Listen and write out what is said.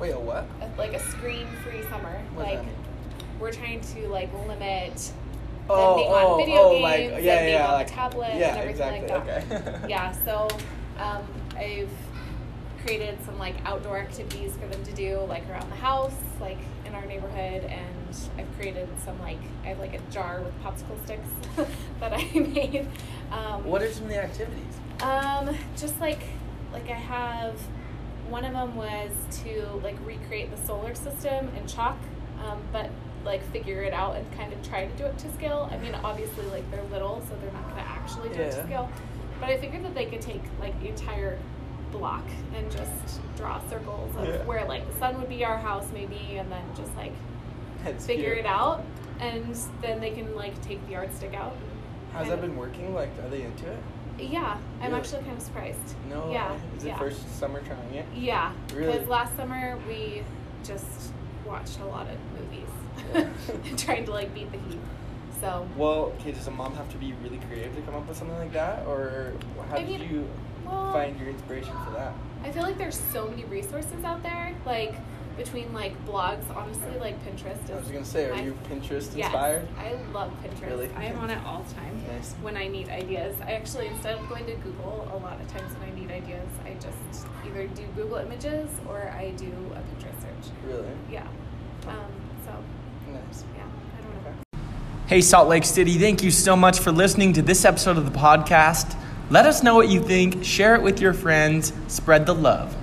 Wait, a what? a, like a screen-free summer. What does like that mean? we're trying to like limit Oh, being on oh, video oh, games like yeah, and yeah, being yeah, on the like, tablet and yeah, everything like exactly. that. Okay. yeah so um, i've created some like outdoor activities for them to do like around the house like in our neighborhood and i've created some like i have like a jar with popsicle sticks that i made um, What are some of the activities? um, just like like I have one of them was to like recreate the solar system in chalk, um, but like figure it out and kind of try to do it to scale. I mean, obviously, like they're little, so they're not gonna actually do it to Yeah. scale. But I figured that they could take like the entire block and just draw circles of Yeah. where like the sun would be our house maybe, and then just like That's figure it cute. out, and then they can like take the yardstick out. How's that been working? Like, are they into it? Yeah, I'm Really? actually kind of surprised. No. Yeah. Is yeah. it first summer trying it? Yeah, because Really? last summer we just watched a lot of Yeah. movies, trying to like beat the heat. So Well, okay. Does a mom have to be really creative to come up with something like that, or I how did mean, you well- find your inspiration for that? I feel like there's so many resources out there, like between like blogs. Honestly, like Pinterest is. I was gonna say, are my- you Pinterest Yes, inspired? I love Pinterest. Really? I am on it all the time Nice. when I need ideas. I actually, instead of going to Google, a lot of times when I need ideas, I just either do Google Images or I do a Pinterest search. Really Yeah. Um, so nice. yeah, I don't know. Hey, Salt Lake City, thank you so much for listening to this episode of the podcast. Let us know what you think, share it with your friends, spread the love.